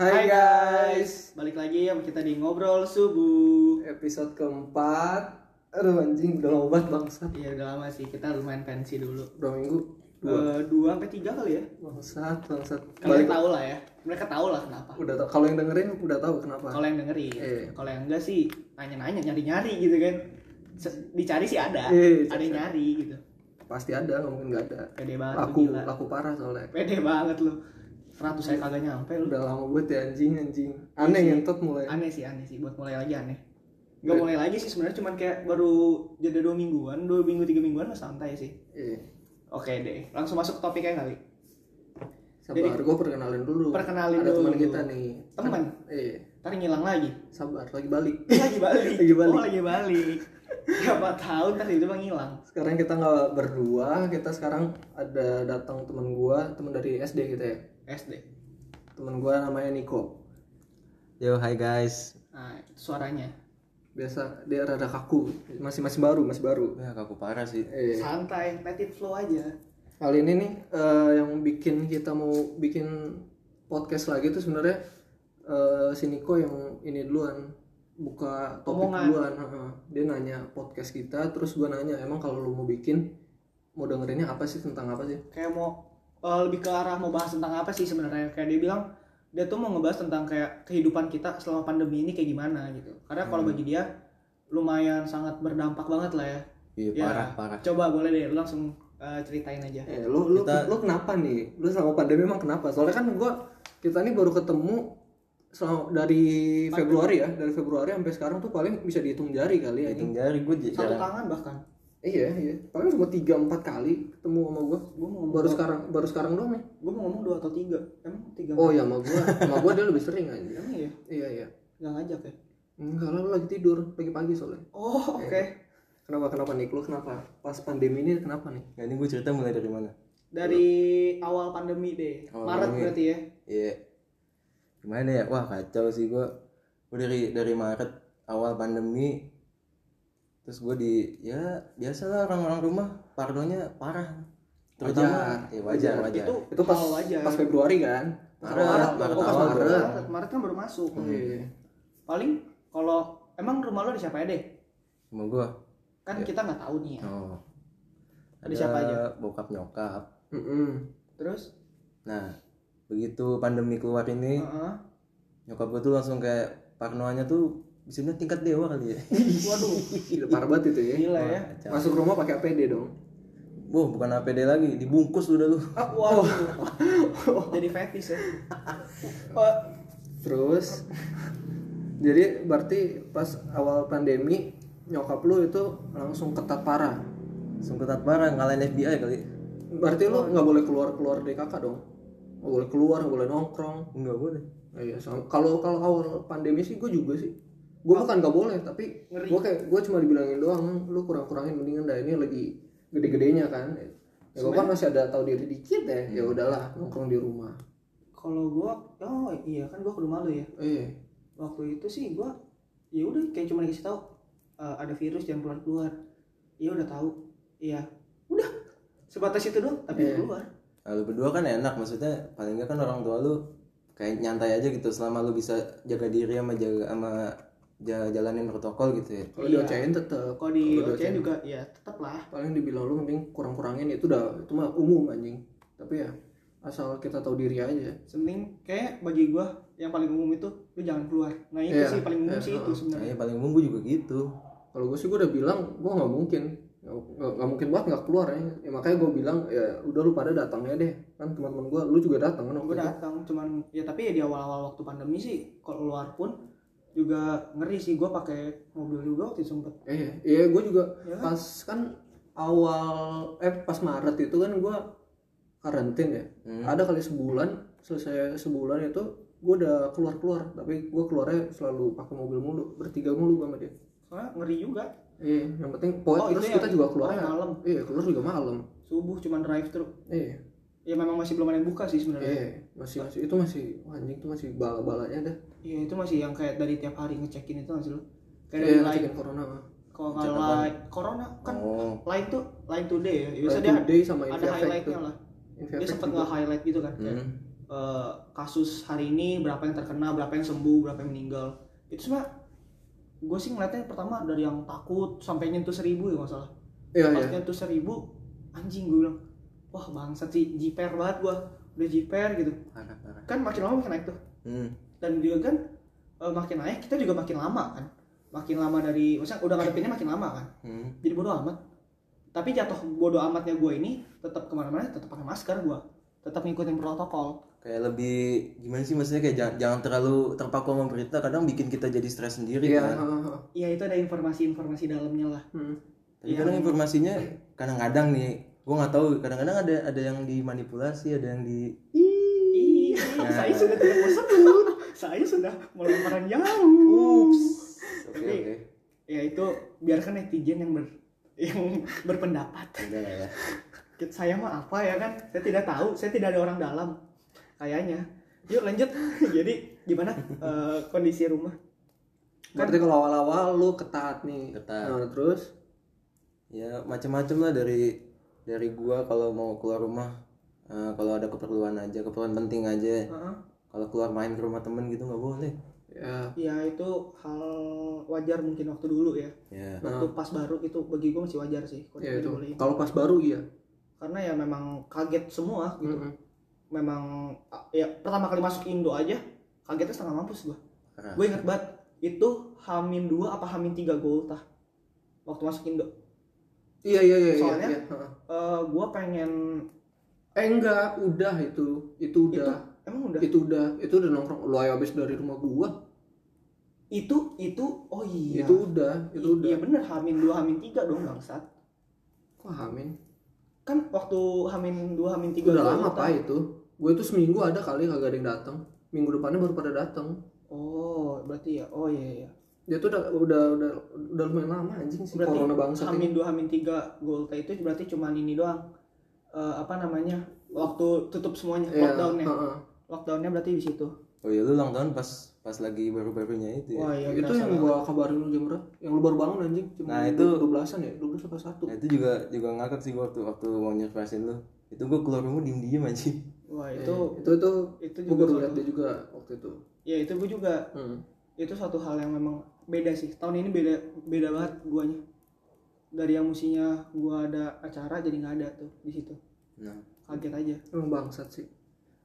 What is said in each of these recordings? Hai guys, balik lagi sama kita di ngobrol subuh. Episode keempat. Aduh anjing udah obat bangsat. Iya udah lama sih kita lumayan pensi dulu. Dua minggu. Dua. Eh, Dua sampai tiga kali ya. Bangsat, bangsat. Kalian Balik. tahu lah ya. Mereka tahu lah kenapa. Udah tau. Kalau yang dengerin udah tahu kenapa. Kalau yang dengerin, Iya. kalau yang enggak sih nanya-nanya nyari-nyari gitu kan. Se- Dicari sih ada, Iya, iya, ada yang nyari gitu. Pasti ada, nggak mungkin nggak ada. Pede banget lu Laku, gila. laku parah soalnya. Pede banget lu. 100 saya kagak nyampe lu. Udah lama banget ya anjing anjing. Iya Aneh ngentot mulai. Aneh sih, aneh sih buat mulai lagi aneh. Gak mulai lagi sih sebenarnya cuman kayak baru jeda dua mingguan, dua minggu tiga mingguan lah santai sih. Iya. Oke deh, langsung masuk ke topiknya kali. Sabar, gue perkenalin dulu. Perkenalin ada dulu. teman kita nih. Teman, Iya. ntar ngilang lagi. Sabar, lagi balik. Lagi balik. Lagi balik. Oh, lagi balik. Siapa tahu ntar itu bang ngilang. Sekarang kita nggak berdua, kita sekarang ada datang teman gua, teman dari SD kita ya. SD. Teman gua namanya Niko. Yo, hai guys. Nah, itu suaranya. biasa dia rada kaku masih masih baru masih baru Ya, kaku parah sih. eh, Santai, let it flow aja. kali ini nih eh, yang bikin kita mau bikin podcast lagi tuh sebenarnya eh, si Niko yang ini duluan buka topik Omongan. duluan heeh. dia nanya podcast kita terus gua nanya emang kalau lu mau bikin mau dengerinnya apa sih tentang apa sih Kayak mau eh, lebih ke arah mau bahas tentang apa sih sebenarnya? Kayak dia bilang dia tuh mau ngebahas tentang kayak kehidupan kita selama pandemi ini kayak gimana gitu. Karena kalau Hmm. bagi dia lumayan sangat berdampak banget lah ya. Iya, Ya. parah, parah. Coba boleh deh, lu langsung eh, ceritain aja. eh, lu lu Kita- lu kenapa nih lu selama pandemi emang kenapa soalnya kan gua kita nih baru ketemu selama dari Februari ya dari Februari sampai sekarang tuh paling bisa dihitung jari kali ya ini Hitung jari gue Satu jarang. tangan bahkan. Iya, iya. Paling cuma tiga empat kali ketemu sama gua. Gue mau ngomong Baru sekarang baru sekarang doang ya? nih. gue mau ngomong dua atau tiga emang tiga Oh ya sama gua. sama gua dia lebih sering aja. emang ya Iya, iya. nggak ngajak ya Enggak lah lu lagi tidur pagi-pagi soalnya. oh oke Kenapa kenapa nih? Lu kenapa? Pas pandemi ini kenapa nih? Nah, ini gue cerita mulai dari mana? dari awal pandemi deh Awal maret pandemi. berarti ya Iya. Gimana ya? Wah, kacau sih gue. Gue dari dari Maret awal pandemi terus gue di ya biasalah orang-orang rumah parnonya parah Wajar. terutama ya, wajar Wajar. wajar Iya, itu Itu pas awal aja pas Februari kan? Maret, Maret, Maret oh, pas awal Maret. gua. maret maret kan baru masuk Oh, iya, iya. paling kalau emang rumah lo ada siapa ya deh sama gue kan kita nggak tahu nih ya oh Ada siapa aja? bokap nyokap Mm-mm. terus nah begitu pandemi keluar ini heeh. nyokap gue tuh langsung kayak parnoannya tuh bisa bilang tingkat dewa kali ya waduh Gila, parah banget itu ya. gila ya Kacau. Masuk rumah pakai APD dong. Wah, bukan APD lagi, dibungkus udah lu. ah, wow jadi fetis ya Eh, Terus jadi berarti pas awal pandemi nyokap lu itu langsung ketat parah. Langsung ketat parah ngalahin FBI kali. Berarti lu nggak boleh keluar keluar dari kakak dong? Nggak boleh keluar, nggak boleh nongkrong. Enggak boleh. Nah, iya, sama- kalau kalau awal pandemi sih gue juga sih. Gue bukan nggak boleh, tapi Ngeri. gue kayak gue cuma dibilangin doang, lu kurang-kurangin mendingan dah ini lagi gede-gedenya kan. Ya gue kan masih ada tahu diri dikit ya, ya Hmm. udahlah nongkrong di rumah. kalau gua oh iya kan gua ke rumah lo ya Eh, waktu itu sih gua ya udah kayak cuma dikasih tahu e, ada virus jangan keluar keluar ya udah tahu iya udah sebatas itu doang tapi Iya. keluar Nah, lu berdua kan enak, maksudnya paling enggak kan orang tua lu kayak nyantai aja gitu selama lu bisa jaga diri sama jaga sama ja- jalanin protokol gitu ya. kalau Iya. diocein tetep kalau di Kalau di OCN OCN. juga ya tetap lah paling dibilang lu mending kurang-kurangin itu udah itu mah umum anjing. Tapi ya asal kita tahu diri aja. sebening kayak bagi gua yang paling umum itu lu jangan keluar nah itu Iya, sih paling umum iya, sih itu heeh. Nah, sebenarnya ya paling umum gue juga gitu. kalau gue sih gue udah bilang gue nggak mungkin nggak nggak mungkin banget nggak keluar ya. Ya, makanya gue bilang ya udah lu pada datangnya deh kan teman-teman gue lu juga datang kan waktu gua itu. datang cuman ya tapi ya di awal awal waktu pandemi sih kalau keluar pun juga ngeri sih gua pakai mobil juga waktu itu sempet iya iya gue juga ya kan? pas kan awal eh pas Maret itu kan gue karantin ya Hmm. ada kali sebulan selesai sebulan itu gue udah keluar keluar tapi gue keluarnya selalu pakai mobil mulu bertiga mulu gue sama dia Soalnya ngeri juga iya yang penting pokoknya Oh, itu terus yang- kita juga keluar ya malam iya keluar juga malam subuh cuman drive thru iya ya memang masih belum ada yang buka sih sebenarnya iya masih masih itu masih wah, anjing itu masih bala balanya dah Iya itu masih yang kayak dari tiap hari ngecekin itu masih lo kayak dari Iya, lain ngecekin corona mah. kalau Cek nggak apa? lain corona kan Oh, lain tuh lain today ya Biasa biasa dia day sama ada Inviafect highlightnya tuh. lah dia Inviafect sempet juga. nge highlight gitu kan kayak, hmm. eh, kasus hari ini berapa yang terkena berapa yang sembuh berapa yang meninggal itu semua gue sih ngeliatnya pertama dari yang takut sampai nyentuh seribu ya masalah Iya, pas iya. nyentuh seribu anjing gue bilang wah bangsat sih jiper banget gue udah jiper gitu parah parah kan makin lama makin naik tuh hmm. dan juga kan eh, makin naik kita juga makin lama kan makin lama dari maksudnya udah ngadepinnya makin lama kan Hmm. jadi bodo amat tapi jatuh bodo amatnya gue ini tetap kemana-mana tetap pakai masker gue tetap ngikutin protokol kayak lebih gimana sih maksudnya kayak jangan, jangan terlalu terpaku sama berita kadang bikin kita jadi stres sendiri Iya, kan heeh, heeh. ya itu ada informasi-informasi dalamnya lah Hmm. tapi Iya. kadang informasinya kadang-kadang nih gue nggak tahu kadang-kadang ada ada yang dimanipulasi ada yang di Ih, saya sudah tidak mau sebut saya sudah melompat jauh oke Tapi- oke ya itu biarkan netizen yang ber yang berpendapat udah lah ya saya mah apa ya kan saya tidak tahu saya tidak ada orang dalam kayaknya yuk lanjut jadi gimana eh, kondisi rumah kan Berarti kalau awal-awal lu ketat nih. Ketat. Nah, terus ya macam-macam lah dari dari gua kalau mau keluar rumah eh, kalau ada keperluan aja keperluan penting aja Heeh. kalau keluar main ke rumah temen gitu nggak boleh ya ya itu hal wajar mungkin waktu dulu ya ya waktu pas baru itu bagi gue masih wajar sih kalau nah, ya itu. dibolehin. Kalau pas baru iya. karena ya memang kaget semua gitu Mm-mm. memang ah, ya pertama kali masuk Indo aja kagetnya setengah mampus gue parah. gue inget banget itu hamin dua apa hamin tiga goltah waktu masuk Indo Iya, iya, iya, iya. Soalnya- iya, heeh. Eh, gue pengen Eh enggak, udah itu. Itu udah. emang udah Itu, udah. Itu udah nongkrong. Lu ayo habis dari rumah gua. itu itu oh iya Itu udah, itu udah. iya bener hamin dua hamin tiga dong bangsat Kok Iya. hamin? kan waktu hamin dua hamin tiga Udah lama goltah. apa itu? Gue itu seminggu ada kali kagak ada yang datang. Minggu depannya baru pada datang. oh berarti ya oh iya iya Dia tuh udah udah udah, udah lumayan lama anjing sih Berarti corona bangsa. ini. hamin dua hamin tiga golta itu berarti cuman ini doang Eh, apa namanya waktu tutup semuanya Iya, lockdownnya heeh. lockdownnya berarti di situ oh ya lu ulang tahun pas pas lagi baru-barunya itu ya wah ya Iya. itu yang gua kabarin lu jam berapa? Yang lu baru bangun anjing jam Nah, itu- 12-an ya? 12 apa 1? Nah, itu juga juga ngakak sih gua waktu waktu mau nyervasin lu. Itu gua keluar rumah diem-diem anjing. wah itu iya, itu itu tuh itu gua juga baru lihat suatu, dia juga waktu itu. ya itu gue juga Hmm. itu suatu hal yang memang beda sih tahun ini beda beda banget guanya dari yang musinya gua ada acara jadi nggak ada tuh di situ Nah, kaget aja Emang bangsat sih.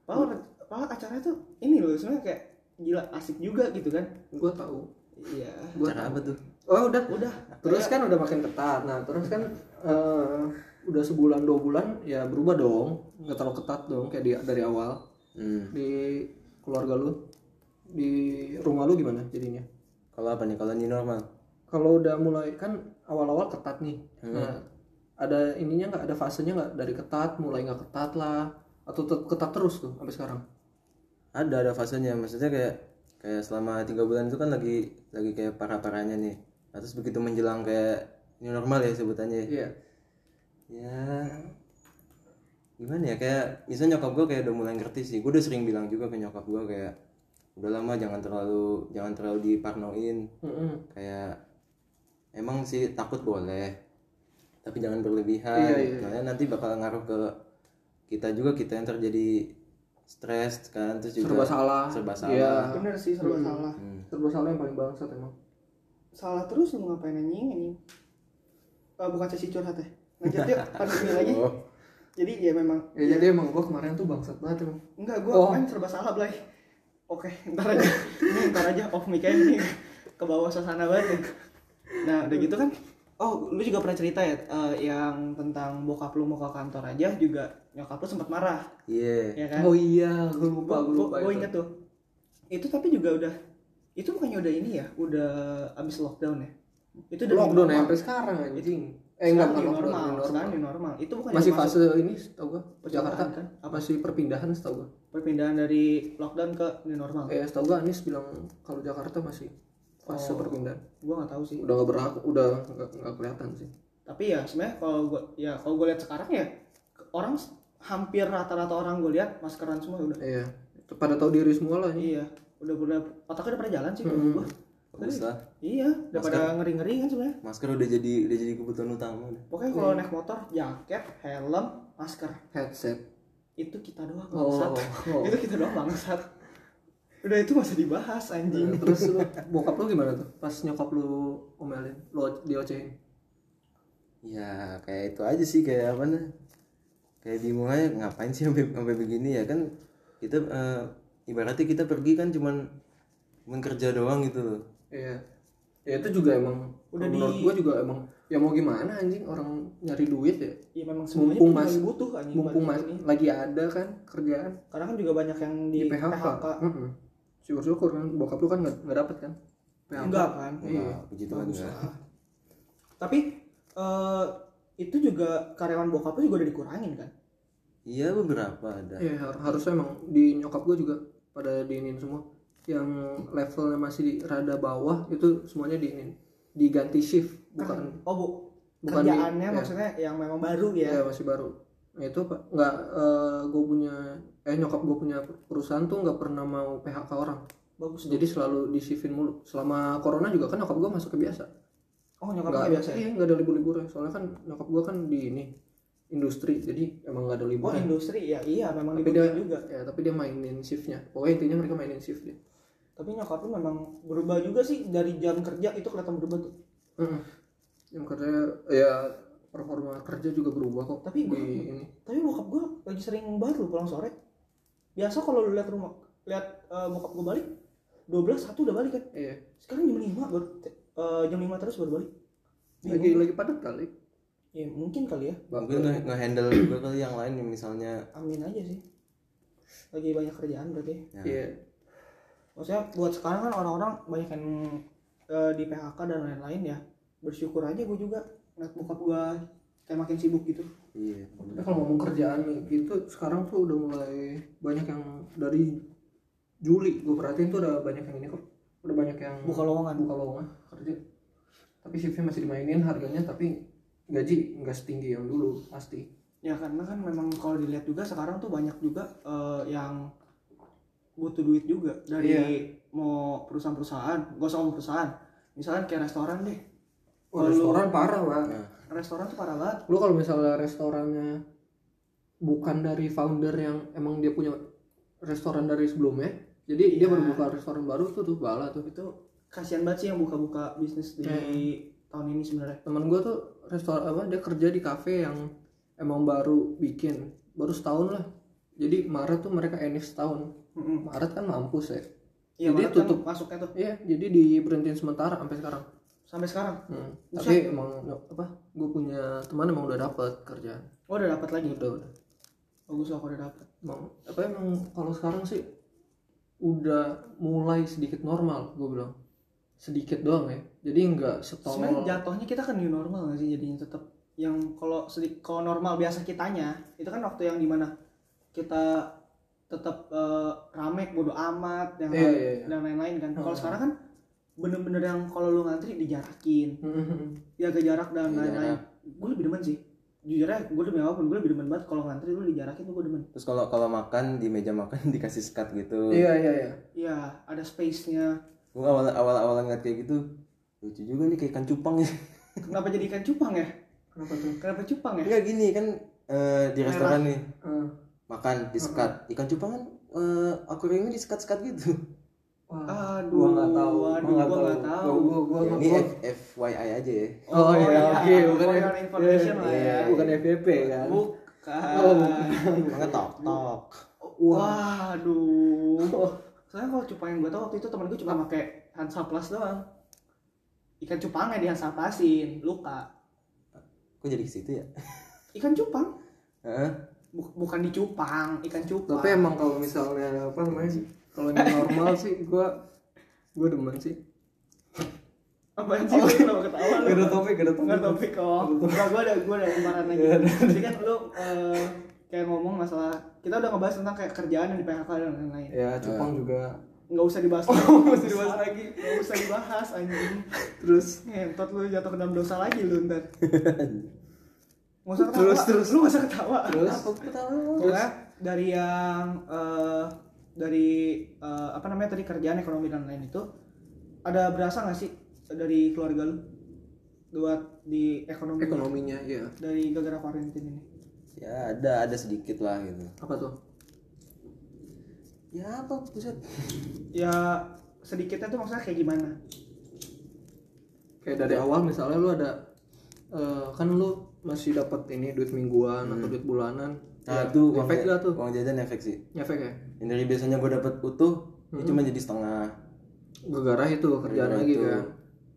padahal padahal acaranya tuh ini loh sebenarnya kayak gila asik juga gitu kan Gua tahu. iya Gua tahu. cara apa tuh? Oh, udah. udah Terus kayak- kan udah makin ketat. Nah, terus kan eh, udah sebulan dua bulan ya berubah dong. Nggak terlalu ketat dong kayak di- dari awal. Hmm. Di keluarga lu di rumah lu gimana jadinya? Kalau apa nih? Kalau ini normal. kalau udah mulai kan awal-awal ketat nih Hmm. nah ada ininya nggak ada fasenya nggak dari ketat mulai nggak ketat lah atau tetap ketat terus tuh sampai sekarang Ada ada fasenya. Maksudnya kayak kayak selama tiga bulan itu kan lagi lagi kayak parah-parahnya nih. Nah, terus begitu menjelang kayak ini normal ya sebutannya. iya Ya gimana ya kayak misalnya nyokap gua kayak udah mulai ngerti sih gua udah sering bilang juga ke nyokap gua kayak udah lama jangan terlalu jangan terlalu diparnoin Mm-mm. kayak emang sih takut boleh tapi jangan berlebihan Iya, iya. soalnya nanti bakal ngaruh ke kita juga kita yang terjadi stres kan terus serba juga salah serba salah. Iya. bener sih serba Hmm. salah Hmm. serba salah yang paling bangsat emang salah terus lu ngapain anjing anjing Eh, bukan sesi curhat ya lanjut yuk pandemi lagi Oh, jadi ya memang ya, jadi emang gua kemarin tuh bangsat banget emang Enggak, gue Oh. main serba salah, Blay. Oke, ntar aja. Ini ntar aja off mic aja nih. Ke bawah suasana banget. nih. Nah, udah gitu kan. Oh, lu juga pernah cerita ya eh, yang tentang bokap lu mau ke kantor aja juga nyokap lu sempat marah, iya ya kan? oh iya gua lupa gua lupa gue itu. inget tuh. Itu tapi juga udah itu bukannya udah ini ya, udah abis lockdown ya. Itu udah lockdown ya, normal. sampai sekarang anjing eh Sekarang enggak new bukan lockdown normal, new sekarang normal. new normal. Itu bukan masih fase ini setahu gua Jakarta Jakarta kan? Apa masih perpindahan setahu gua perpindahan dari lockdown ke new normal? eh setahu gua Anies bilang kalau Jakarta masih fase Oh. perpindahan Gue nggak tahu sih. udah nggak berlaku udah nggak nggak kelihatan sih tapi ya sebenarnya kalau gue ya kalau gue lihat sekarang ya orang s- hampir rata-rata orang gue lihat maskeran semua udah iya pada tahu diri semua lah ini iya udah udah otaknya udah pada jalan sih menurut Hmm. gua. bagus lah iya udah Masker. pada ngeri-ngeri kan sebenarnya masker udah jadi udah Iya. jadi kebutuhan utama udah. pokoknya kalau Hmm. naik motor jaket helm masker headset itu kita doang Oh, bangsat oh. itu kita doang bangsat udah itu masih dibahas anjing Nah, terus lu bokap lu gimana tuh pas nyokap lu omelin lu diocehin ya kayak itu aja sih kayak apa nih kayak bingung aja ngapain sih sampai sampai begini ya kan kita eh, ibaratnya kita pergi kan cuman cuman kerja doang gitu loh Iya. Ya itu juga emang Udah di- menurut gua juga emang ya mau gimana anjing orang nyari duit ya. ya memang semuanya Mumpung tuh mas- lagi butuh anjing Mumpung banget ma- ini. lagi ada kan kerjaan karena kan juga banyak yang di, di, PHK, PHK. Mm-mm. Syukur-syukur kan bokap lu kan nggak nggak dapet kan. PHK. enggak kan Iya. Enggak, puji Tuhan ya. Bagus enggak. lah. tapi eh, itu juga karyawan bokapnya juga udah dikurangin kan iya beberapa Nah. ada Iya, har- harusnya emang di nyokap gua juga pada diinin semua yang levelnya masih di rada bawah itu semuanya diinin diganti shift bukan oh bu bukan di- kerjaannya ya. maksudnya yang memang baru ya Iya masih baru. Nah, itu pak nggak eh, gue punya eh nyokap gue punya perusahaan tuh nggak pernah mau PHK orang. bagus dong. Jadi selalu di shiftin mulu. Selama corona juga kan nyokap gue masuk ke biasa. oh nyokapnya Nggak biasa ya? Iya nggak ada libur liburnya. Soalnya kan nyokap gue kan di ini industri. Jadi emang nggak ada oh liburnya. industri ya iya memang Tapi dibutuhin juga Ya tapi dia mainin shiftnya. Pokoknya intinya mereka mainin shift dia. tapi nyokapnya memang berubah juga sih dari jam kerja itu kelihatan berubah tuh Mm. Yang kerja ya performa kerja juga berubah kok. di Tapi gua- ini. tapi bokap gue lagi sering baru pulang sore biasa kalau lu lihat rumah lihat eh, bokap gue balik 12 satu udah balik kan Iya. sekarang jam 5 baru eh, jam 5 terus baru balik Lagi lagi padat kali. ya mungkin kali ya mungkin nge- nge-handle juga kali yang lain yang misalnya amin aja sih lagi banyak kerjaan berarti ya. ya, Iya. maksudnya buat sekarang kan orang-orang banyak yang eh, di PHK dan lain-lain ya bersyukur aja gue juga ngeliat bokap gue kayak makin sibuk gitu iya Tapi kalau ngomong kerjaan itu sekarang tuh udah mulai banyak yang dari Juli gue perhatiin tuh udah banyak yang ini kok udah banyak yang buka lowongan buka lowongan kerja tapi shiftnya masih dimainin harganya tapi gaji nggak setinggi yang dulu pasti ya karena kan memang kalau dilihat juga sekarang tuh banyak juga eh, yang butuh duit juga dari Iya. mau perusahaan-perusahaan gak usah ngomong perusahaan misalkan kayak restoran deh Wah, Kalau- restoran parah lah nah, restoran tuh parah banget lu kalau misalnya restorannya bukan dari founder yang emang dia punya restoran dari sebelumnya jadi dia Iya. baru buka restoran baru tuh tuh bala tuh itu kasihan banget sih yang buka-buka bisnis Iya, di tahun ini sebenarnya temen gue tuh restoran apa dia kerja di kafe yang emang baru bikin baru setahun lah jadi Maret tuh mereka enif setahun Mm-mm. Maret kan mampus ya Iya, Jadi Maret kan tutup. masuknya tuh iya jadi diberhentiin sementara sampai sekarang sampai sekarang. Hmm, Buset. tapi emang apa gue punya teman emang udah dapet kerjaan Gitu. Oh, udah dapat lagi. udah udah Bagus lah kalau udah dapat. emang apa emang kalau sekarang sih udah mulai sedikit normal gue bilang sedikit doang ya jadi nggak Sebenarnya setol jatuhnya kita kan new normal nggak sih jadinya tetap yang kalau sedi- kalau normal biasa kitanya itu kan waktu yang dimana kita tetap eh, rame bodo amat yang Iya, iya, iya. dan lain-lain kan. Kalau Hmm. sekarang kan bener-bener yang kalau lu ngantri dijarakin, jaga jarak dan Iya, Jaga lain-lain. Gue lebih demen sih. Jujur aja, gue demi apapun gue lebih demen banget kalau ngantri lu dijarakin tuh gue demen. terus kalau kalau makan di meja makan dikasih sekat gitu iya iya iya Iya, ada space-nya. gua awal awal awal ngeliat kayak gitu lucu juga nih kayak ikan cupang ya Kenapa jadi ikan cupang ya? kenapa tuh Kenapa cupang ya? enggak gini kan eh, di restoran nih Ah, makan disekat ikan cupang kan eh, akuariumnya disekat-sekat gitu wah. Aduh, gua nggak tahu aduh, gua nggak tahu. Ah, gua gua ya, gua ini gua- F- FYI aja ya oh, iya, oke bukan bukan F- information lah iya, ya. bukan FVP kan Bukan. Oh, bukan. makanya tok tok Waduh. Oh. Soalnya kalau cupang yang gue tau waktu itu temen gue cuma pakai Hansa Plus doang. Ikan cupangnya di Hansa Plusin, luka. kok jadi ke situ ya Ikan cupang, Heeh. Bu- bukan di cupang, ikan cupang. tapi emang kalau misalnya apa namanya kalau yang normal sih gua gua demen sih apa sih? Lu Kenapa ketawa lu? gak ada topik gak ada topik Enggak topik kok. Enggak gua ada gua ada kemarin lagi. Iya. Jadi kan lu eh, kayak ngomong masalah kita udah ngebahas tentang kayak kerjaan yang di PHK dan lain-lain. ya cupang juga Enggak usah dibahas. Oh, nggak usah dibahas lagi. Enggak usah dibahas anjing. terus Ngentot lu jatuh ke dalam dosa lagi lu ntar. Nggak usah ketawa. Terus, terus. Lu nggak usah ketawa. terus apa gua tahu Pokoknya dari yang eh, dari eh, apa namanya tadi kerjaan ekonomi dan lain itu ada berasa nggak sih dari keluarga lu buat di ekonomi ekonominya ya dari gara-gara karantina ini? ya ada ada sedikit lah gitu apa tuh ya apa buset ya sedikitnya tuh maksudnya kayak gimana kayak dari awal misalnya lu ada eh, kan lu masih dapat ini duit mingguan atau duit bulanan Ya, nah itu uang, efek gak tuh uang jajan efek sih efek ya yang dari biasanya gue dapat utuh ya cuma jadi setengah gegarah itu kerjaan lagi kan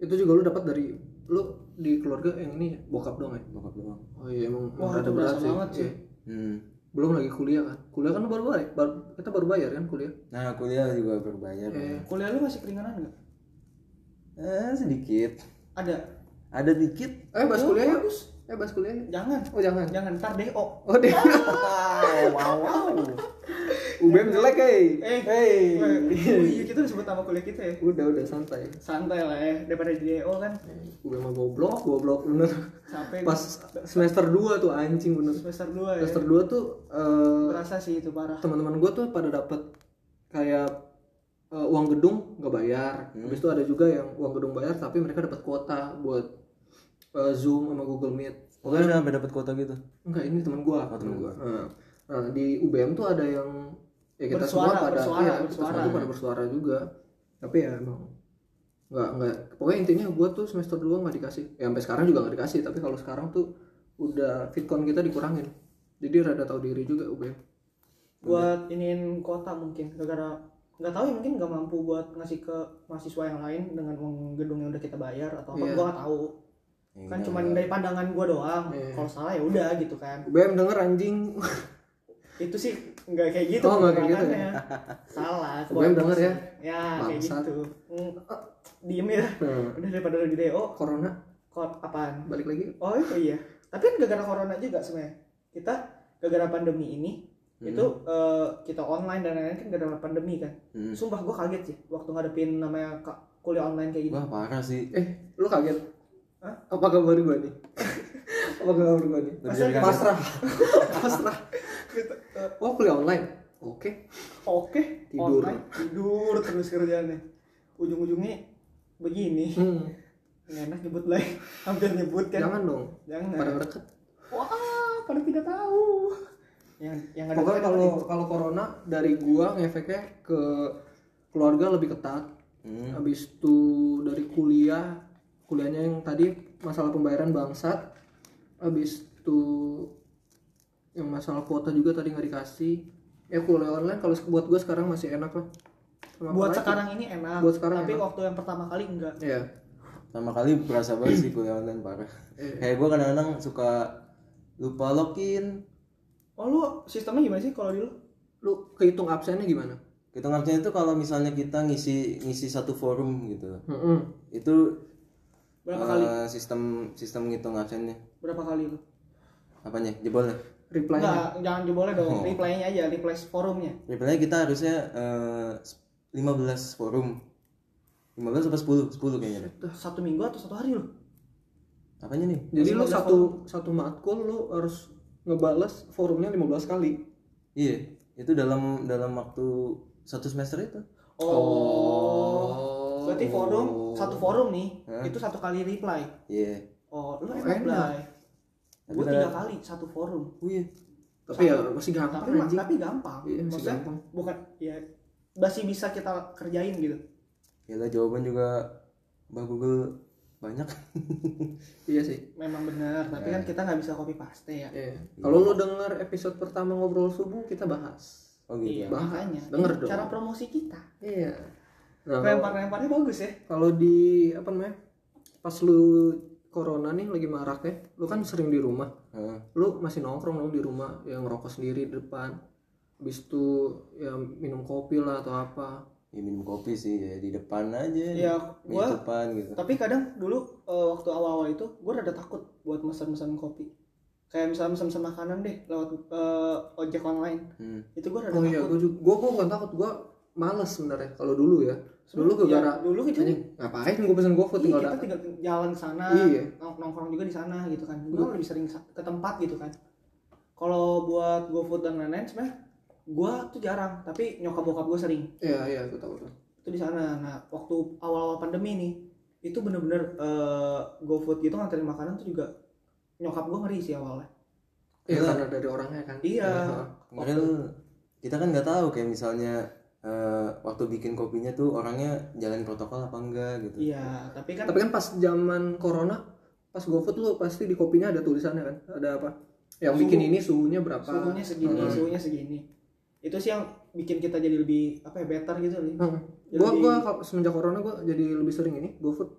itu juga lu dapat dari lu di keluarga yang ini ya, bokap dong ya bokap doang oh iya emang Wah, rada itu berasa banget sih. Iya. hmm. belum lagi kuliah kan kuliah kan lu baru bayar baru, kita baru bayar kan kuliah nah kuliah juga berbayar Iya. kuliah lu masih keringanan nggak eh sedikit ada ada dikit eh bahas kuliah ya eh bahas kuliah yuk. jangan oh jangan jangan ntar DO oh deh wow wow UBM jelek hei eh Hey. oh iya kita udah sebut nama kuliah kita ya udah udah santai santai lah ya daripada di DO kan UBM mah goblok goblok bener sampai pas semester 2 tuh anjing bener semester 2 ya semester 2 tuh eh, berasa sih itu parah teman-teman gue tuh pada dapat kayak eh, uang gedung nggak bayar habis itu ada juga yang uang gedung bayar tapi mereka dapat kuota buat eh, zoom sama google meet pokoknya udah sampai dapat kuota gitu enggak ini teman gue Oh, temen gua. nah di UBM tuh ada yang ya kita Bersuara, semua pada bersuara, iya, kita bersuara. semua tuh pada bersuara juga tapi ya emang nggak nggak pokoknya intinya gue tuh semester 2 nggak dikasih ya sampai sekarang juga nggak dikasih tapi kalau sekarang tuh udah fitcon kita dikurangin jadi rada tahu diri juga UBM buat iniin kota mungkin gara-gara nggak tahu ya mungkin nggak mampu buat ngasih ke mahasiswa yang lain dengan uang gedung yang udah kita bayar atau apa Iya. gua nggak tahu Iya. kan cuman dari pandangan gua doang Iya. kalau salah ya udah gitu kan UBM denger anjing itu sih nggak kayak gitu Oh, nggak kayak gitu penerapannya. salah Gua yang denger ya. ya kayak Bangsat. gitu Mm, eh, diem ya Hmm. Nah, udah daripada lu di DO corona kot apaan balik lagi. oh iya tapi kan gara-gara corona juga sebenarnya kita gara-gara pandemi ini Hmm. itu eh, kita online dan lain-lain kan gara-gara pandemi kan Hmm. sumpah gue kaget sih waktu ngadepin namanya ka- kuliah online kayak gini wah parah sih Eh, lu kaget? Hah? Apa kabar gua nih? Apa kabar gua nih? Lebih Masa dari kaget. Pasrah. Pasrah. Wah, kuliah online. Oke. eh, oke Tidur. online tidur terus kerjaannya ujung-ujungnya begini Hmm, nggak enak nyebut lagi hampir nyebut kan Jangan dong. jangan, Pada deket. wah pada tidak tahu yang yang ada Pokoknya kalau kalau corona dari gua ngefeknya ke keluarga lebih ketat. Hmm. Habis itu dari kuliah, kuliahnya yang tadi masalah pembayaran bangsat. Habis itu yang masalah kuota juga tadi nggak dikasih. Ya kuliah online kalau buat gue sekarang masih enak lah. Sama apa buat lagi? sekarang ini enak Buat sekarang tapi enak. waktu yang pertama kali enggak Iya. sama kali berasa banget sih kuliah online parah Iya. kayak gue kadang-kadang suka lupa login oh lu sistemnya gimana sih kalau di lu Lu kehitung absennya gimana? kita ngerjain itu Gitu, kalau misalnya kita ngisi ngisi satu forum gitu Heeh. itu berapa eh, kali sistem sistem ngitung absennya berapa kali lu apanya jebolnya Reply. enggak jangan jebolnya dong Oh. reply-nya aja reply forumnya reply kita harusnya eh, 15 forum 15 apa 10 10 kayaknya deh Duh, satu minggu atau satu hari lu apanya nih Jadi lu Sebagai satu satu matkul lu harus ngebales forumnya 15 kali. iya itu dalam dalam waktu satu semester itu oh, berarti forum satu forum nih itu satu kali reply iya oh lu Oh, enak enak. Blay. Gua Tapi tiga kali satu forum oh iya Tapi ya masih gampang tapi anjing. tapi gampang Iya, masih maksudnya gampang. bukan ya masih bisa kita kerjain gitu Yalah jawaban juga Mbak Google banyak. Iya sih. memang benar tapi kan kita nggak bisa copy paste ya Iya. Kalau lu denger episode pertama ngobrol subuh kita bahas. oh gitu. iya Bahas. makanya Denger Ini dong. cara promosi kita Iya. Nah, kalau- lempar lemparnya bagus ya kalau di apa namanya? Pas lu corona nih lagi marak ya, lu kan sering di rumah. Heeh. Lu masih nongkrong dong di rumah, ya ngerokok sendiri di depan. Habis itu ya minum kopi lah atau apa. Ya, minum kopi sih ya di depan aja. Iya, di gua- depan gitu. tapi kadang dulu eh, waktu awal-awal itu gue rada takut buat mesen-mesen kopi kayak misalnya mesen-mesen makanan deh lewat eh, ojek online Hmm. itu gue rada Oh takut iya, gue juga, gue bukan takut, gue males sebenarnya kalau dulu ya. Dulu Sebenarnya, gara ya, dulu gitu anjing, ngapain gue pesen GoFood iya, tinggal kita datang. tinggal jalan ke sana Iya. nong- nongkrong juga di sana gitu kan gue lebih sering sa- ke tempat gitu kan kalau buat GoFood dan lain-lain sebenarnya gue tuh jarang tapi nyokap bokap gue sering Iya iya, gue tahu tuh. itu di sana nah waktu awal-awal pandemi nih itu bener-bener eh, GoFood gitu nganterin makanan tuh juga nyokap gue ngeri sih awalnya ya karena dari orangnya kan Iya. Kemarin kita kan nggak tahu kayak misalnya eh, waktu bikin kopinya tuh orangnya jalan protokol apa enggak gitu. Iya, tapi kan tapi kan pas zaman corona pas GoFood lu pasti di kopinya ada tulisannya kan ada apa yang Suhu. bikin ini suhunya berapa suhunya segini, Hmm. suhunya segini. Itu sih yang bikin kita jadi lebih apa ya better gitu loh. Hmm. Jadi- gua gua ka- semenjak corona gua jadi lebih sering ini GoFood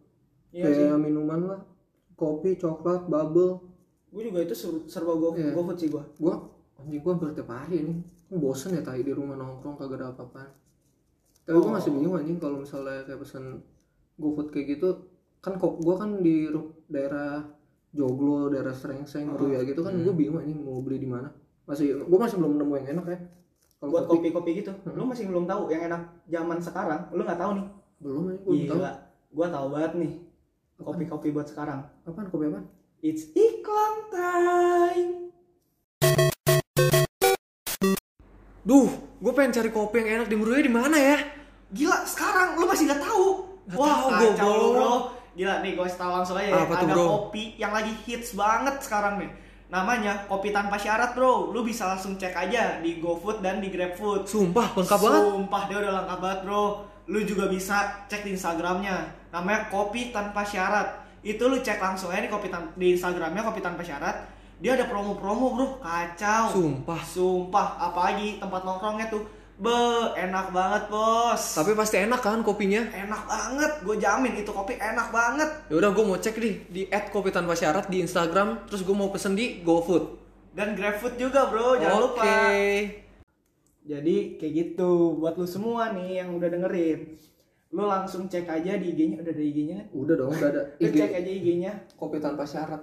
Iya sih. kayak minuman lah kopi coklat bubble Gue juga itu ser- serba go Iya. GoFood sih gua. gua anjing gua hampir tiap hari ini bosen ya tadi di rumah nongkrong kagak ada apa-apaan tapi Oh. gua masih bingung anjing kalau misalnya kayak pesen GoFood kayak gitu kan kok gua kan di ru- daerah Joglo daerah Serengseng Ah. Ruya gitu kan Hmm. gua bingung anjing mau beli di mana masih gua masih belum nemu yang enak ya kalau Buat kopi, kopi-kopi gitu. Hmm. Lu masih belum tahu yang enak zaman sekarang, lu nggak tahu nih. belum anjing gua belum tahu Gila. Gua tahu banget nih kopi-kopi buat sekarang. apaan kopi apaan It's iklan time. Duh, gue pengen cari kopi yang enak di Meruya di mana ya? Gila, sekarang lu masih nggak tahu. Nggak Wah, tahu, kacau lu goblok. bro. Gila nih gue kasih tahu langsung aja ya. Apa tuh, Ada bro? kopi yang lagi hits banget sekarang nih. Namanya kopi tanpa syarat bro. Lu bisa langsung cek aja di GoFood dan di GrabFood. Sumpah, Sumpah dia udah lengkap banget bro. Lu juga bisa cek di Instagramnya. Namanya kopi tanpa syarat. Itu lu cek langsung aja di kopi Tan- di Instagramnya kopi tanpa syarat. Dia ada promo-promo bro, kacau. Sumpah. Sumpah, apalagi tempat nongkrongnya tuh. Be, enak banget bos. pasti enak kan kopinya? enak banget, gue jamin itu kopi enak banget. Ya udah gue mau cek deh di @kopi tanpa syarat di Instagram, terus gue mau pesen di GoFood. Dan GrabFood juga bro, Oh, jangan lupa. Jadi kayak gitu buat lu semua nih yang udah dengerin. Lu langsung cek aja di IG-nya, udah ada IG-nya kan? Udah dong, udah ada Lu cek IG ya. aja IG-nya, kopi tanpa syarat.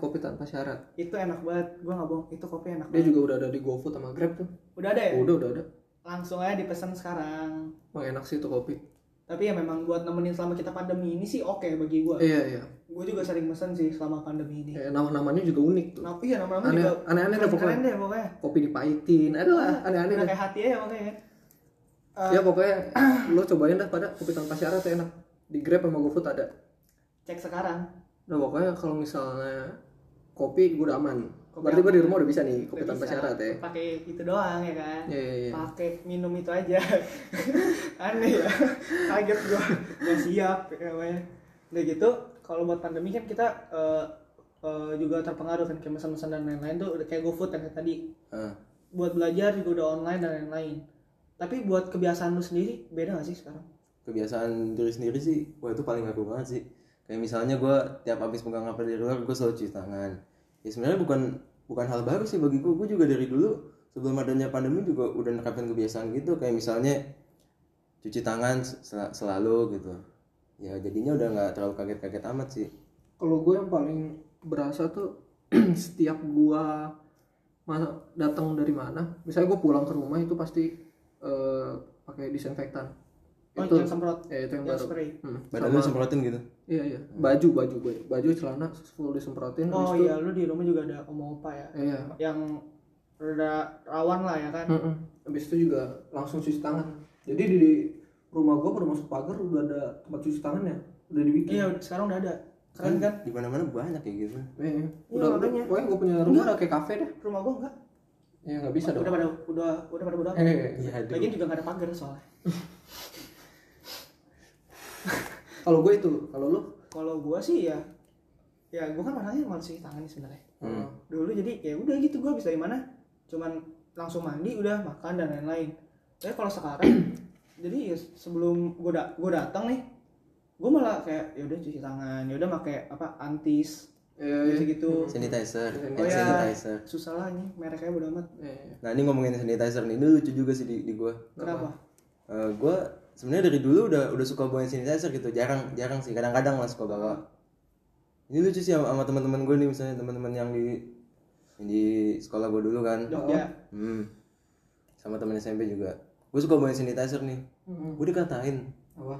@kopi tanpa syarat. itu enak banget gua nggak bohong itu kopi enak Dia banget juga udah ada di GoFood sama Grab tuh. udah ada ya Udah, udah ada. langsung aja dipesan sekarang Wah, enak sih itu kopi. tapi ya memang buat nemenin selama kita pandemi ini sih oke bagi gua Iya, iya. gua juga sering pesen sih selama pandemi ini Eh, nama-namanya juga unik tuh. nah, iya nama-nama Aneh, juga Iya. aneh-aneh dah keren pokoknya. deh pokoknya Kopi dipahitin, adalah aneh-aneh udah dah. kayak hati aja pokoknya ya. Eh, Ya pokoknya lo cobain dah pada kopi tanpa syarat ya, enak. Di Grab sama GoFood ada. cek sekarang Nah pokoknya kalau misalnya kopi gue udah aman. Kopi Berarti gue aman. di rumah udah bisa nih kopi Udah tanpa bisa. syarat ya. pakai itu doang ya kan Iya iya iya. pakai minum itu aja aneh ya kaget gua nggak siap ya namanya udah gitu kalau buat pandemi kan kita eh, eh, juga terpengaruh kan kayak pesan-pesan dan lain-lain tuh udah kayak GoFood yang kayak tadi Ah, buat belajar juga udah online dan lain-lain tapi buat kebiasaan lu sendiri beda gak sih sekarang kebiasaan diri sendiri sih, wah itu paling aku banget sih. Kayak misalnya gua tiap habis pegang HP dari luar, gua selalu cuci tangan. Ya sebenarnya bukan bukan hal baru sih bagi gua. Gua juga dari dulu sebelum adanya pandemi juga udah nerapin kebiasaan gitu. Kayak misalnya cuci tangan sel- selalu gitu. Ya jadinya udah nggak terlalu kaget-kaget amat sih. Kalau gue yang paling berasa tuh setiap gue ma- datang dari mana, misalnya gue pulang ke rumah itu pasti eh, pakai disinfektan. oh itu jangan semprot ya itu yang jangan baru. spray Hmm, Badan sama- lu semprotin gitu. iya iya. Baju baju baju, baju celana full disemprotin. oh habis itu- iya lu di rumah juga ada omong opa ya Iya. yang rada rawan lah ya kan Mm-mm. Habis itu juga langsung cuci tangan. Jadi di, di rumah gua pada masuk pagar udah ada tempat cuci tangan ya, udah dibikin. iya sekarang udah ada keren kan Di mana-mana banyak kayak gitu. Eh, udah Iya, makanya. udah. Pokoknya gua punya rumah udah kayak kafe dah. rumah gua enggak Ya nggak bisa dong. udah pada udah udah pada udah Eh, Iya, aduh. Lagian juga gak ada pagar soalnya. kalau gue itu, kalau lu Kalau gua sih ya ya gua kan orangnya malas cuci tangan nih sebenarnya. Hmm. Dulu jadi ya udah gitu gua bisa dari mana? Cuman langsung mandi udah makan dan lain-lain. Tapi kalau sekarang jadi ya sebelum gua da- gua datang nih gua malah kayak ya udah cuci tangan, ya udah pakai apa antis eh, gitu-gitu. Sanitizer, Oh, hand iya. sanitizer. Susah lah nih mereknya bodo amat. eh, Nah ini ngomongin sanitizer nih, ini lucu juga sih di, di gua. Kenapa? Eh, gua sebenarnya dari dulu udah udah suka bawain sanitizer gitu, jarang jarang sih, kadang-kadang lah suka bawa. Ini lucu sih sama, sama teman-teman gua nih, misalnya teman-teman yang di yang di sekolah gua dulu kan, Jogja. hmm. sama teman SMP juga. Gua suka bawain sanitizer nih, Mm-mm. gua dikatain, apa?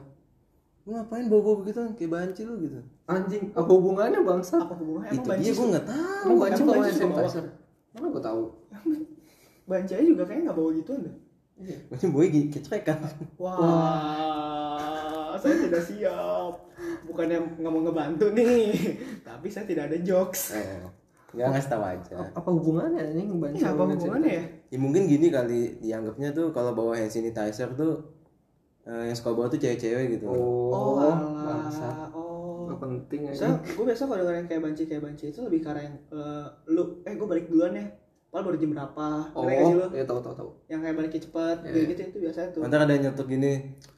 lu ngapain bawa bawa begitu kayak banci lu gitu. Anjing, apa hubungannya bangsa? Apa hubungannya? Emang itu banci dia su- gua nggak tahu. Emang banci emang bawa banci suka bawa? sanitizer? Mana gue tahu? banci aja juga kayaknya nggak bawa gituan deh. Iya. Banci boy kecek kan. Wah, saya tidak siap. Bukannya nggak mau ngebantu nih, tapi saya tidak ada jokes. Oh. nggak ngasih tahu aja apa hubungannya ini bantu Iya, apa hubungannya ya? ya mungkin gini kali dianggapnya tuh kalau bawa hand sanitizer tuh eh, yang suka bawa tuh cewek-cewek gitu oh, alah. bangsat Oh. Nggak penting aja Saya, gue biasa kalau dengerin kayak banci kayak banci itu lebih ke arah yang eh, lu, eh gue balik duluan ya. Padahal baru jam berapa? oh Ngerti nggak sih lu? ya tahu tahu tahu Yang kayak baliknya cepet, Iya, kayak iya. gitu itu biasanya tuh. Ntar ada yang nyetok gini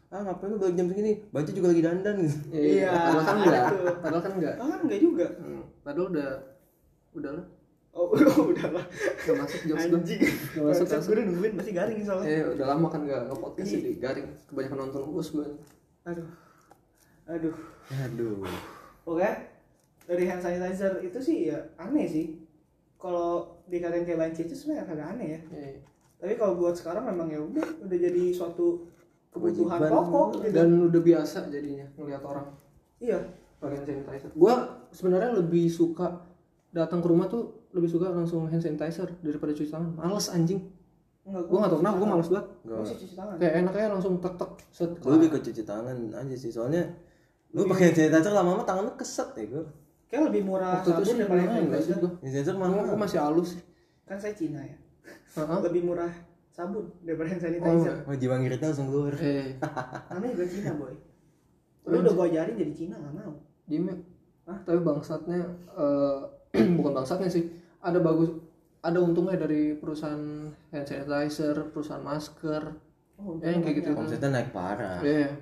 ah ngapain lu balik jam segini banci juga lagi dandan gitu Iya, padahal kan ada enggak tuh. padahal kan enggak Oh, kan enggak juga. Hmm, padahal udah udah lah Oh, udah lah. udah masuk jam gue Anjing. Nggak masuk, Bangsat, masuk. gue udah nungguin pasti garing soalnya. eh udah lama kan nggak nge podcast Iya. jadi garing kebanyakan nonton uus gue Aduh. Aduh. aduh Oke. Dari hand sanitizer itu sih ya aneh sih. Kalau dikatain kayak banci itu sebenarnya agak aneh ya. Iya. Tapi kalau buat sekarang memang ya udah udah jadi suatu kebutuhan Kewajiban. pokok gitu. dan udah biasa jadinya ngelihat orang Iya. pakai hand sanitizer gue sebenarnya lebih suka datang ke rumah tuh lebih suka langsung hand sanitizer daripada cuci tangan males anjing Enggak gue nggak tau kenapa gue males banget Gue Gak- sih cuci tangan. kayak enaknya langsung tek tek set gue lebih ke cuci tangan aja sih soalnya lu pakai hand sanitizer lama-lama tangan lu keset ya gue Kayak lebih murah waktu itu sih sabun daripada lumayan hand nggak sih sanitizer. gue hand sanitizer Emang mahal gue Iya, masih halus sih Kan saya Cina ya. Heeh. Lebih murah sabun daripada hand Oh, sanitizer. nggak. wah jiwa ngiritnya langsung keluar eh Namanya juga Cina, boy. Lu udah gua ajarin jadi Cina nggak mau. diem ya. ah tapi bangsatnya eh, bukan bangsatnya sih ada bagus ada untungnya dari perusahaan hand sanitizer perusahaan masker Oh, Ya, yang kayak gitu. omsetnya naik parah ya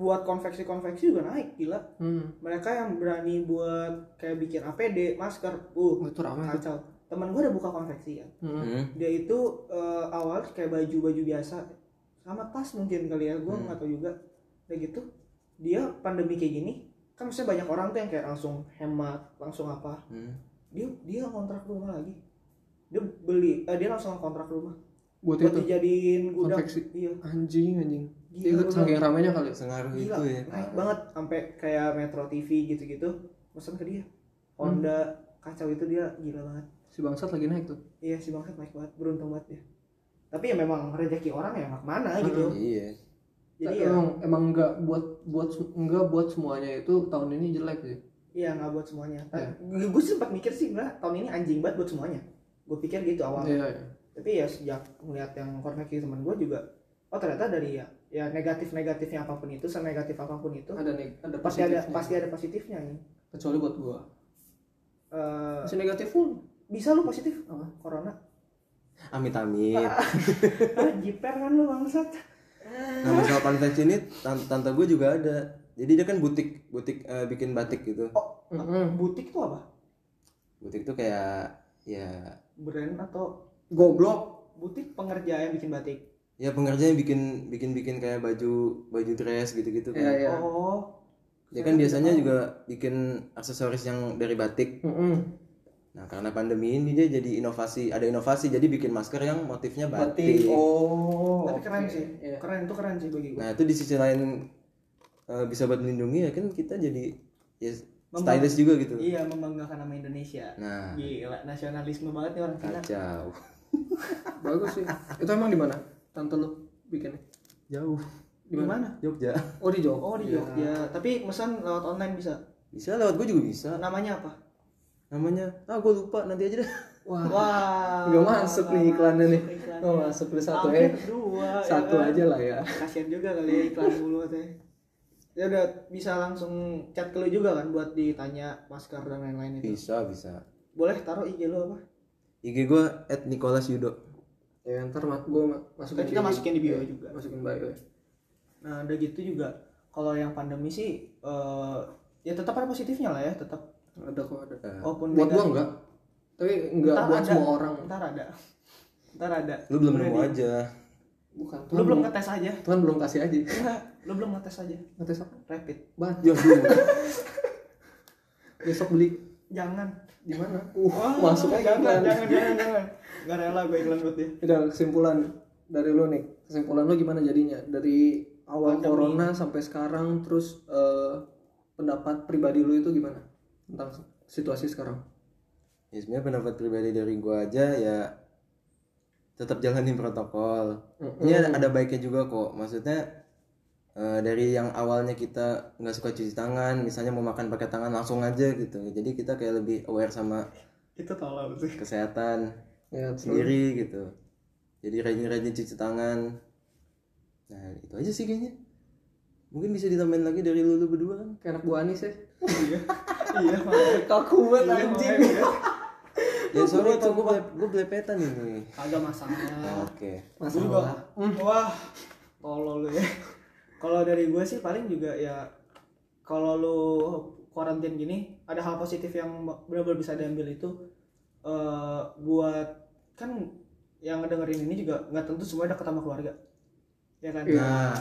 Buat konveksi-konveksi juga naik gila. hmm mereka yang berani buat kayak bikin APD, masker, uh itu ramai tuh kacau. Temen gue udah buka konveksi ya. Hmm. Hmm. Dia itu eh, awal kayak baju-baju biasa sama tas mungkin kali ya, gue Hmm. nggak tahu juga. Udah gitu, dia pandemi kayak gini, kan maksudnya banyak orang tuh yang kayak langsung hemat, langsung apa. Hmm. Dia dia kontrak rumah lagi. Dia beli, eh, dia langsung kontrak rumah buat buat itu dijadiin gudang. konveksi Iya, anjing anjing gila. itu lu saking ramainya kali sengaruh Gila, itu ya naik banget sampai kayak Metro TV gitu-gitu pesan ke dia Hmm. Honda kacau itu dia gila banget si bangsat lagi naik tuh iya si bangsat naik banget beruntung banget dia tapi ya memang rezeki orang ya nggak kemana Hmm. gitu iya jadi Tapi ya emang emang nggak buat buat nggak buat semuanya itu tahun ini jelek sih iya nggak buat semuanya Eh, Iya. gue sih sempat mikir sih mbak tahun ini anjing banget buat semuanya gue pikir gitu awal iya iya. tapi ya sejak melihat yang konveksi teman gue juga oh ternyata dari ya ya negatif negatifnya apapun itu senegatif apapun itu ada nih ada pasti ada positifnya. pasti ada positifnya nih kecuali buat gua Eh, masih negatif pun bisa lu positif Apa? corona amit amit Ah, jiper kan lu bangsat nah masalah pantai ini tan- tante gue juga ada jadi dia kan butik butik eh, bikin batik gitu Mm-mm. butik tuh apa butik tuh kayak ya brand atau goblok butik pengerja yang bikin batik ya pengerja yang bikin bikin bikin kayak baju baju dress gitu gitu iya iya Ya kan oh dia kan biasanya juga bikin aksesoris yang dari batik Mm-mm. Nah, karena pandemi ini dia jadi inovasi, ada inovasi jadi bikin masker yang motifnya batik batik. oh tapi keren oke. sih Iya. keren itu keren sih bagi gue Nah, itu di sisi lain eh, bisa buat melindungi ya kan kita jadi ya, Memang- stylish juga gitu. iya membanggakan nama Indonesia Nah, gila nasionalisme banget nih orang Cina kacau. bagus sih itu emang di mana tante lu bikinnya Jauh, di mana Jogja. oh di Jogja oh di Iya. Jogja tapi pesan lewat online bisa Bisa lewat gue juga bisa. namanya apa Namanya, ah gue lupa nanti aja dah. wah wah nggak masuk nih iklannya nih iklannya. nggak masuk udah satu Hampir eh dua ya satu kan? aja lah ya kasian juga kali ya iklan mulu teh ya udah bisa langsung chat ke lu juga kan buat ditanya masker dan lain-lain itu Bisa, bisa. boleh taruh IG lu apa IG gue at Nicholas Yudo. ya ntar mat gue masukin Kita di- masukin di bio iya, juga. masukin bio ya. nah udah gitu juga kalau yang pandemi sih eh, ya tetap ada positifnya lah ya tetap ada kok ada walaupun buat Oh, beda. gua enggak tapi enggak Ntar buat ada. semua orang ntar ada ntar ada Lu belum Udah nemu di- aja. bukan lu belum ngetes aja Tuhan belum kasih aja Enggak, lu belum ngetes aja ngetes apa rapid ban Ya, belum. besok beli jangan di mana uh Wah, masuk aja jangan, iklan. jangan jangan jangan nggak rela gue iklan buat dia udah kesimpulan dari lu nih kesimpulan lu gimana jadinya dari awal Pandemi. corona sampai sekarang terus eh, pendapat pribadi lu itu gimana tentang situasi sekarang ya sebenarnya pendapat pribadi dari gue aja ya tetap jalanin protokol ini ada, ada baiknya juga kok maksudnya eh, dari yang awalnya kita nggak suka cuci tangan misalnya mau makan pakai tangan langsung aja gitu jadi kita kayak lebih aware sama itu tolol sih kesehatan ya terus sendiri gitu jadi rajin-rajin cuci tangan nah itu aja sih kayaknya mungkin bisa ditambahin lagi dari lu, lu berdua kan kayak anak buah anis ya iya iya makanya. kaku banget Iya, anjing makanya. ya sorry tuh gue gue belepetan ini kagak masalah oke Gua juga wah tolol lu ya kalau dari gue sih paling juga ya kalau lu karantin gini ada hal positif yang benar-benar bisa diambil itu eh buat kan yang ngedengerin ini juga nggak tentu semua dekat sama keluarga ya kan Iya.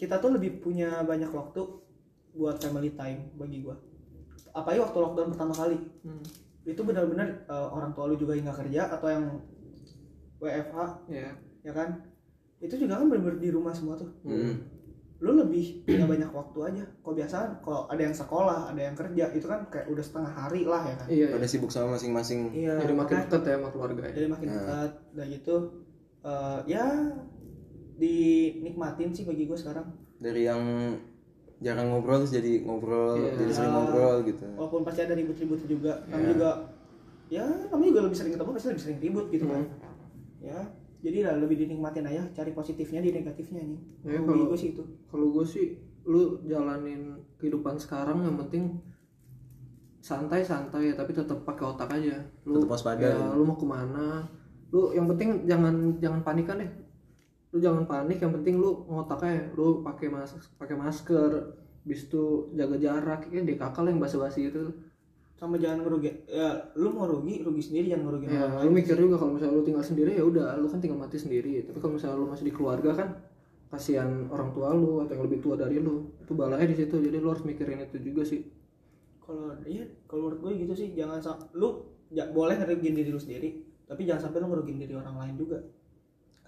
kita tuh lebih punya banyak waktu buat family time bagi gue apalagi waktu lockdown pertama kali Hmm, itu benar-benar eh, orang tua lu juga yang nggak kerja atau yang WFH ya ya kan itu juga kan bener-bener di rumah semua tuh Mm. lu lebih punya banyak waktu aja kalau biasaan kalau ada yang sekolah ada yang kerja itu kan kayak udah setengah hari lah ya kan iya pada iya. sibuk sama masing-masing iya jadi makin makanya- dekat ya sama keluarga ya jadi makin Nah. dekat dan gitu Eh, ya dinikmatin sih bagi gue sekarang Nah. dari yang jarang ngobrol terus jadi ngobrol Iya. jadi sering ngobrol gitu walaupun pasti ada ribut-ribut juga kami juga ya kami juga lebih sering ketemu pasti lebih sering ribut gitu kan Hmm. ya jadi lah lebih dinikmatin aja cari positifnya di negatifnya nih Ya, bagi kalau- gue sih itu kalau gue sih lu jalanin kehidupan sekarang yang penting santai santai ya tapi tetap pakai otak aja lu Tetap waspada ya, gitu. lu mau kemana lu yang penting jangan jangan panikan deh lu jangan panik yang penting lu ngotak aja lu pakai mas pakai masker bis itu jaga jarak ya DKK lah yang basa-basi itu sama jangan ngerugi ya lu mau rugi rugi sendiri jangan ngerugi ya orang lain. lu mikir juga kalau misalnya lu tinggal sendiri ya udah lu kan tinggal mati sendiri tapi kalau misalnya lu masih di keluarga kan kasihan orang tua lu atau yang lebih tua dari lu itu balanya di situ jadi lu harus mikirin itu juga sih kalau iya kalau menurut gue gitu sih jangan sa- lu ya, boleh ngerugiin diri lu sendiri tapi jangan sampai lu ngerugiin diri orang lain juga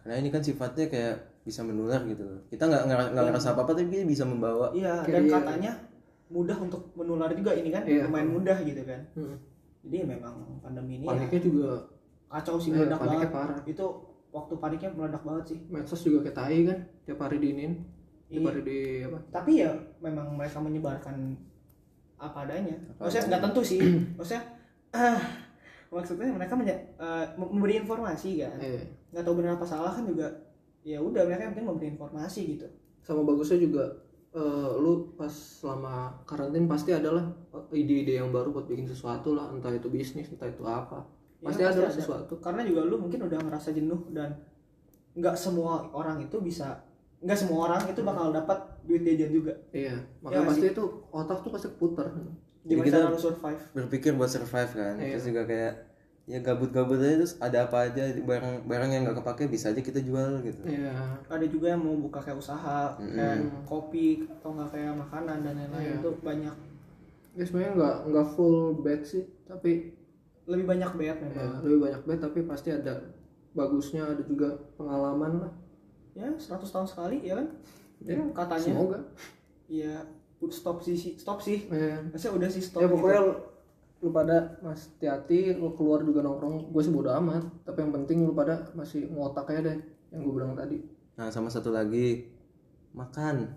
karena ini kan sifatnya kayak bisa menular gitu loh kita nggak nggak Iya. nggak ngerasa apa apa tapi kita bisa membawa iya Oke, dan iya. katanya mudah untuk menular juga ini kan Iya. lumayan mudah gitu kan Hmm. jadi ya memang pandemi ini ya, paniknya juga kacau sih Iya, meledak paniknya banget parah. itu waktu paniknya meledak banget sih medsos juga kayak tai kan tiap hari diinin tiap Iya. hari di apa tapi ya memang mereka menyebarkan apa adanya maksudnya Apa adanya. nggak tentu sih maksudnya ah, maksudnya mereka menye- eh, memberi informasi kan eh nggak tahu benar apa salah kan juga ya udah mereka yang penting memberi informasi gitu sama bagusnya juga eh, lu pas selama karantin pasti adalah eh, ide-ide yang baru buat bikin sesuatu lah entah itu bisnis entah itu apa Ya, pasti ada lah sesuatu karena juga lu mungkin udah ngerasa jenuh dan nggak semua orang itu bisa nggak semua orang Hmm. itu bakal dapat duit jajan juga iya makanya Ya, pasti itu otak tuh pasti puter Jadi gimana kita- cara lu survive berpikir buat survive kan Iya. terus juga kayak ya gabut-gabut aja terus ada apa aja barang barang yang nggak kepake bisa aja kita jual gitu iya ada juga yang mau buka kayak usaha Hmm. Mm-mm. kayak kopi atau nggak kayak makanan dan lain-lain Iya. itu banyak ya sebenarnya nggak nggak full bad sih tapi lebih banyak banget ya, memang lebih banyak bad tapi pasti ada bagusnya ada juga pengalaman lah ya 100 tahun sekali ya kan ya katanya semoga ya stop sih sih- stop sih ya, maksudnya udah sih stop ya gitu. pokoknya lu, lu pada masih hati-hati lu keluar juga nongkrong gue sih bodo amat tapi yang penting lu pada masih ngotak aja deh yang gue bilang tadi nah sama satu lagi makan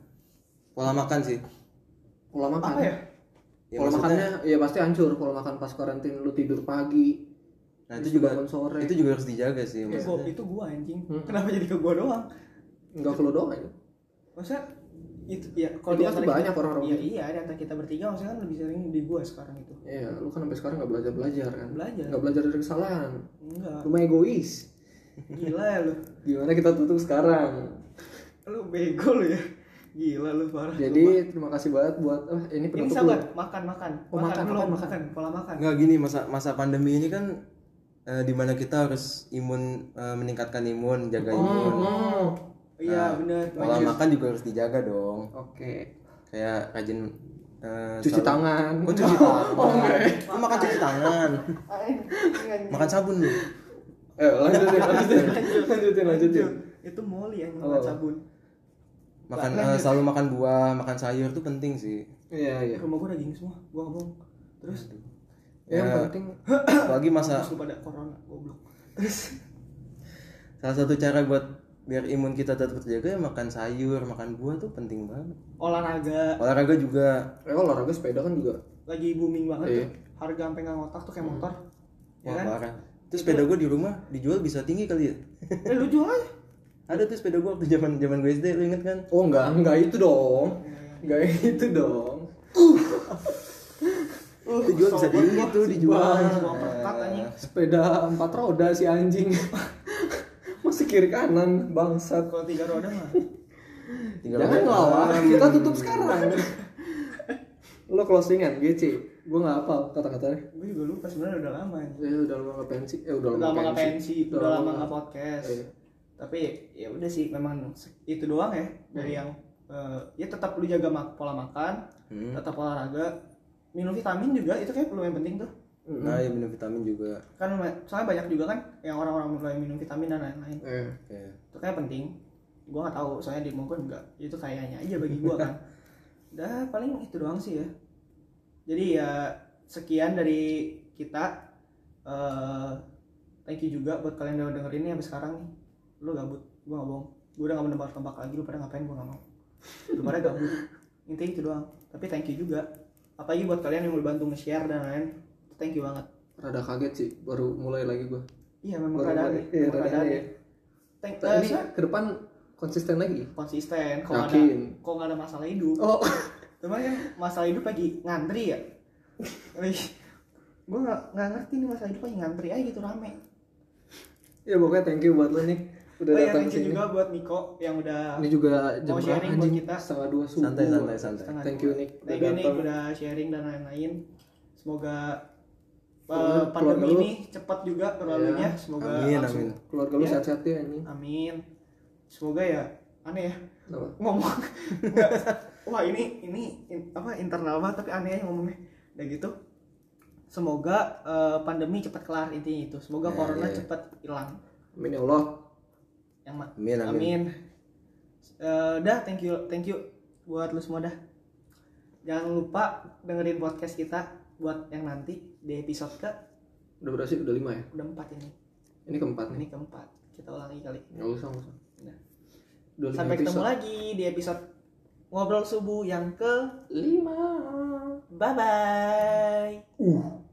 pola makan sih pola makan apa ya ya, pola maksudnya- makannya ya pasti hancur pola makan pas karantin lu tidur pagi nah habis itu juga bangun sore itu juga harus dijaga sih Iya. itu gua, maksudnya itu gua anjing Hmm. kenapa jadi ke gua doang nggak ya. ke lu doang aja maksudnya itu ya kalau Itu di pasti antara banyak kita, orang-orang gitu. iya iya di antara kita bertiga maksudnya kan lebih sering di gua sekarang itu ya lu kan sampai sekarang nggak belajar belajar kan Belajar. nggak belajar dari kesalahan enggak lu mah egois gila ya lu gimana kita tutup sekarang lu bego lu ya gila lu parah Sumpah. jadi terima kasih banget buat oh, ini ini penutup sabar lu. makan makan Oh, makan, belum, makan, Nah. makan pola makan nggak gini masa masa pandemi ini kan eh, dimana kita harus imun eh, meningkatkan imun jaga imun oh. iya bener pola makan juga harus dijaga dong oke kayak rajin eh, cuci selalu- tangan Oh, cuci tangan. Lu makan cuci tangan. makan sabun lu. eh lanjutin lanjutin lanjutin lanjutin itu moli yang Oh. makan sabun Makan eh, selalu makan buah, makan sayur tuh penting sih. iya iya rumah gua daging semua gua ngomong terus Ya, yang penting Apalagi masa terus lu pada corona goblok salah satu cara buat biar imun kita tetap terjaga ya makan sayur, makan buah tuh penting banget. olahraga Olahraga juga eh olahraga sepeda kan juga lagi booming banget Iya. Hmm. tuh harga sampai nggak ngotak tuh kayak motor Ya Wah, kan? parah. Terus sepeda gue di rumah dijual bisa tinggi kali ya. Eh, lu jual aja. Ada tuh sepeda gue waktu zaman zaman gue SD, lu inget kan? Oh enggak, enggak itu dong. Enggak itu dong. Uh, Dijual bisa sobat tinggi gua. tuh dijual. Wah, gua perkat anjing. Iya. Sepeda empat roda si anjing. Masih kiri kanan bangsat. Kalau tiga roda mah. Tinggal Jangan aja. ngelawan, kita tutup sekarang. Lo closingan GC. Gue nggak apa kata-katanya. Gue juga lupa sebenarnya udah lama anjing. Eh udah lama nggak pensi. Eh udah Udah lama lama nggak nggak pensi, udah lama nggak podcast. Iya. Tapi ya udah sih memang se- itu doang ya dari yang eh, ya tetap lu jaga mak- pola makan, Hmm. tetap olahraga, minum vitamin juga itu kayak lumayan penting tuh. Mm-mm. Nah, ya minum vitamin juga. Kan luma- soalnya banyak juga kan yang orang-orang mulai minum vitamin dan lain-lain. Eh, Kayak Itu kayak penting. Gua nggak tahu, soalnya di Mongkol enggak. Itu kayaknya aja bagi gua kan. Dah paling itu doang sih ya. Jadi ya sekian dari kita. eh thank you juga buat kalian yang udah dengerin ini sampai sekarang nih. Lu gabut, gua nggak bohong. Gua udah gak mau nembak-nembak lagi, lu pada ngapain gua gak mau. Lu pada gabut. Intinya itu doang. Tapi thank you juga. Apalagi buat kalian yang udah bantu nge-share dan lain Thank you banget. rada kaget sih baru mulai lagi gue. Iya memang Baru keadaan mulai. nih. Iya, Memang rada keadaan aneh nih. Thank ya. eh, Ini saya ke depan konsisten lagi. konsisten kalau ada Yakin. kalau nggak ada masalah hidup Oh, Cuman kan masalah hidup lagi ngantri ya. gue gak, nggak ngerti nih masalah hidup lagi ngantri aja gitu rame. ya pokoknya thank you buat lo nih udah Oh iya, datang thank you sini. juga buat Miko yang udah Ini juga jam Mau berapa sharing buat anjing? kita. Setengah dua subuh. santai santai santai. setengah Thank dua. you Nick. Thank you Udah Nick datang. udah sharing dan lain-lain. Semoga eh, Semoga keluarga lu- pandemi Iya. ini cepat juga berlalunya. Semoga Amin, langsung. amin. Keluarga lu Ya. sehat-sehat ya anjing. Amin. Semoga ya aneh ya Apa? ngomong. Nggak. Wah ini ini in- apa internal banget tapi aneh aja ngomongnya. Udah gitu. Semoga eh, pandemi cepat kelar intinya itu. Semoga Ya, corona ya. cepat hilang. Amin ya Allah. yang ma- Amin, amin. amin. Eh, dah thank you thank you buat lu semua dah jangan lupa dengerin podcast kita buat yang nanti di episode ke Udah berhasil udah lima ya. udah empat ini Ini keempat nih. ini keempat kita ulangi kali Nggak usah nggak usah. Udah. Udah lima sampai ketemu episode. lagi di episode ngobrol subuh yang ke Lima. bye bye Uh.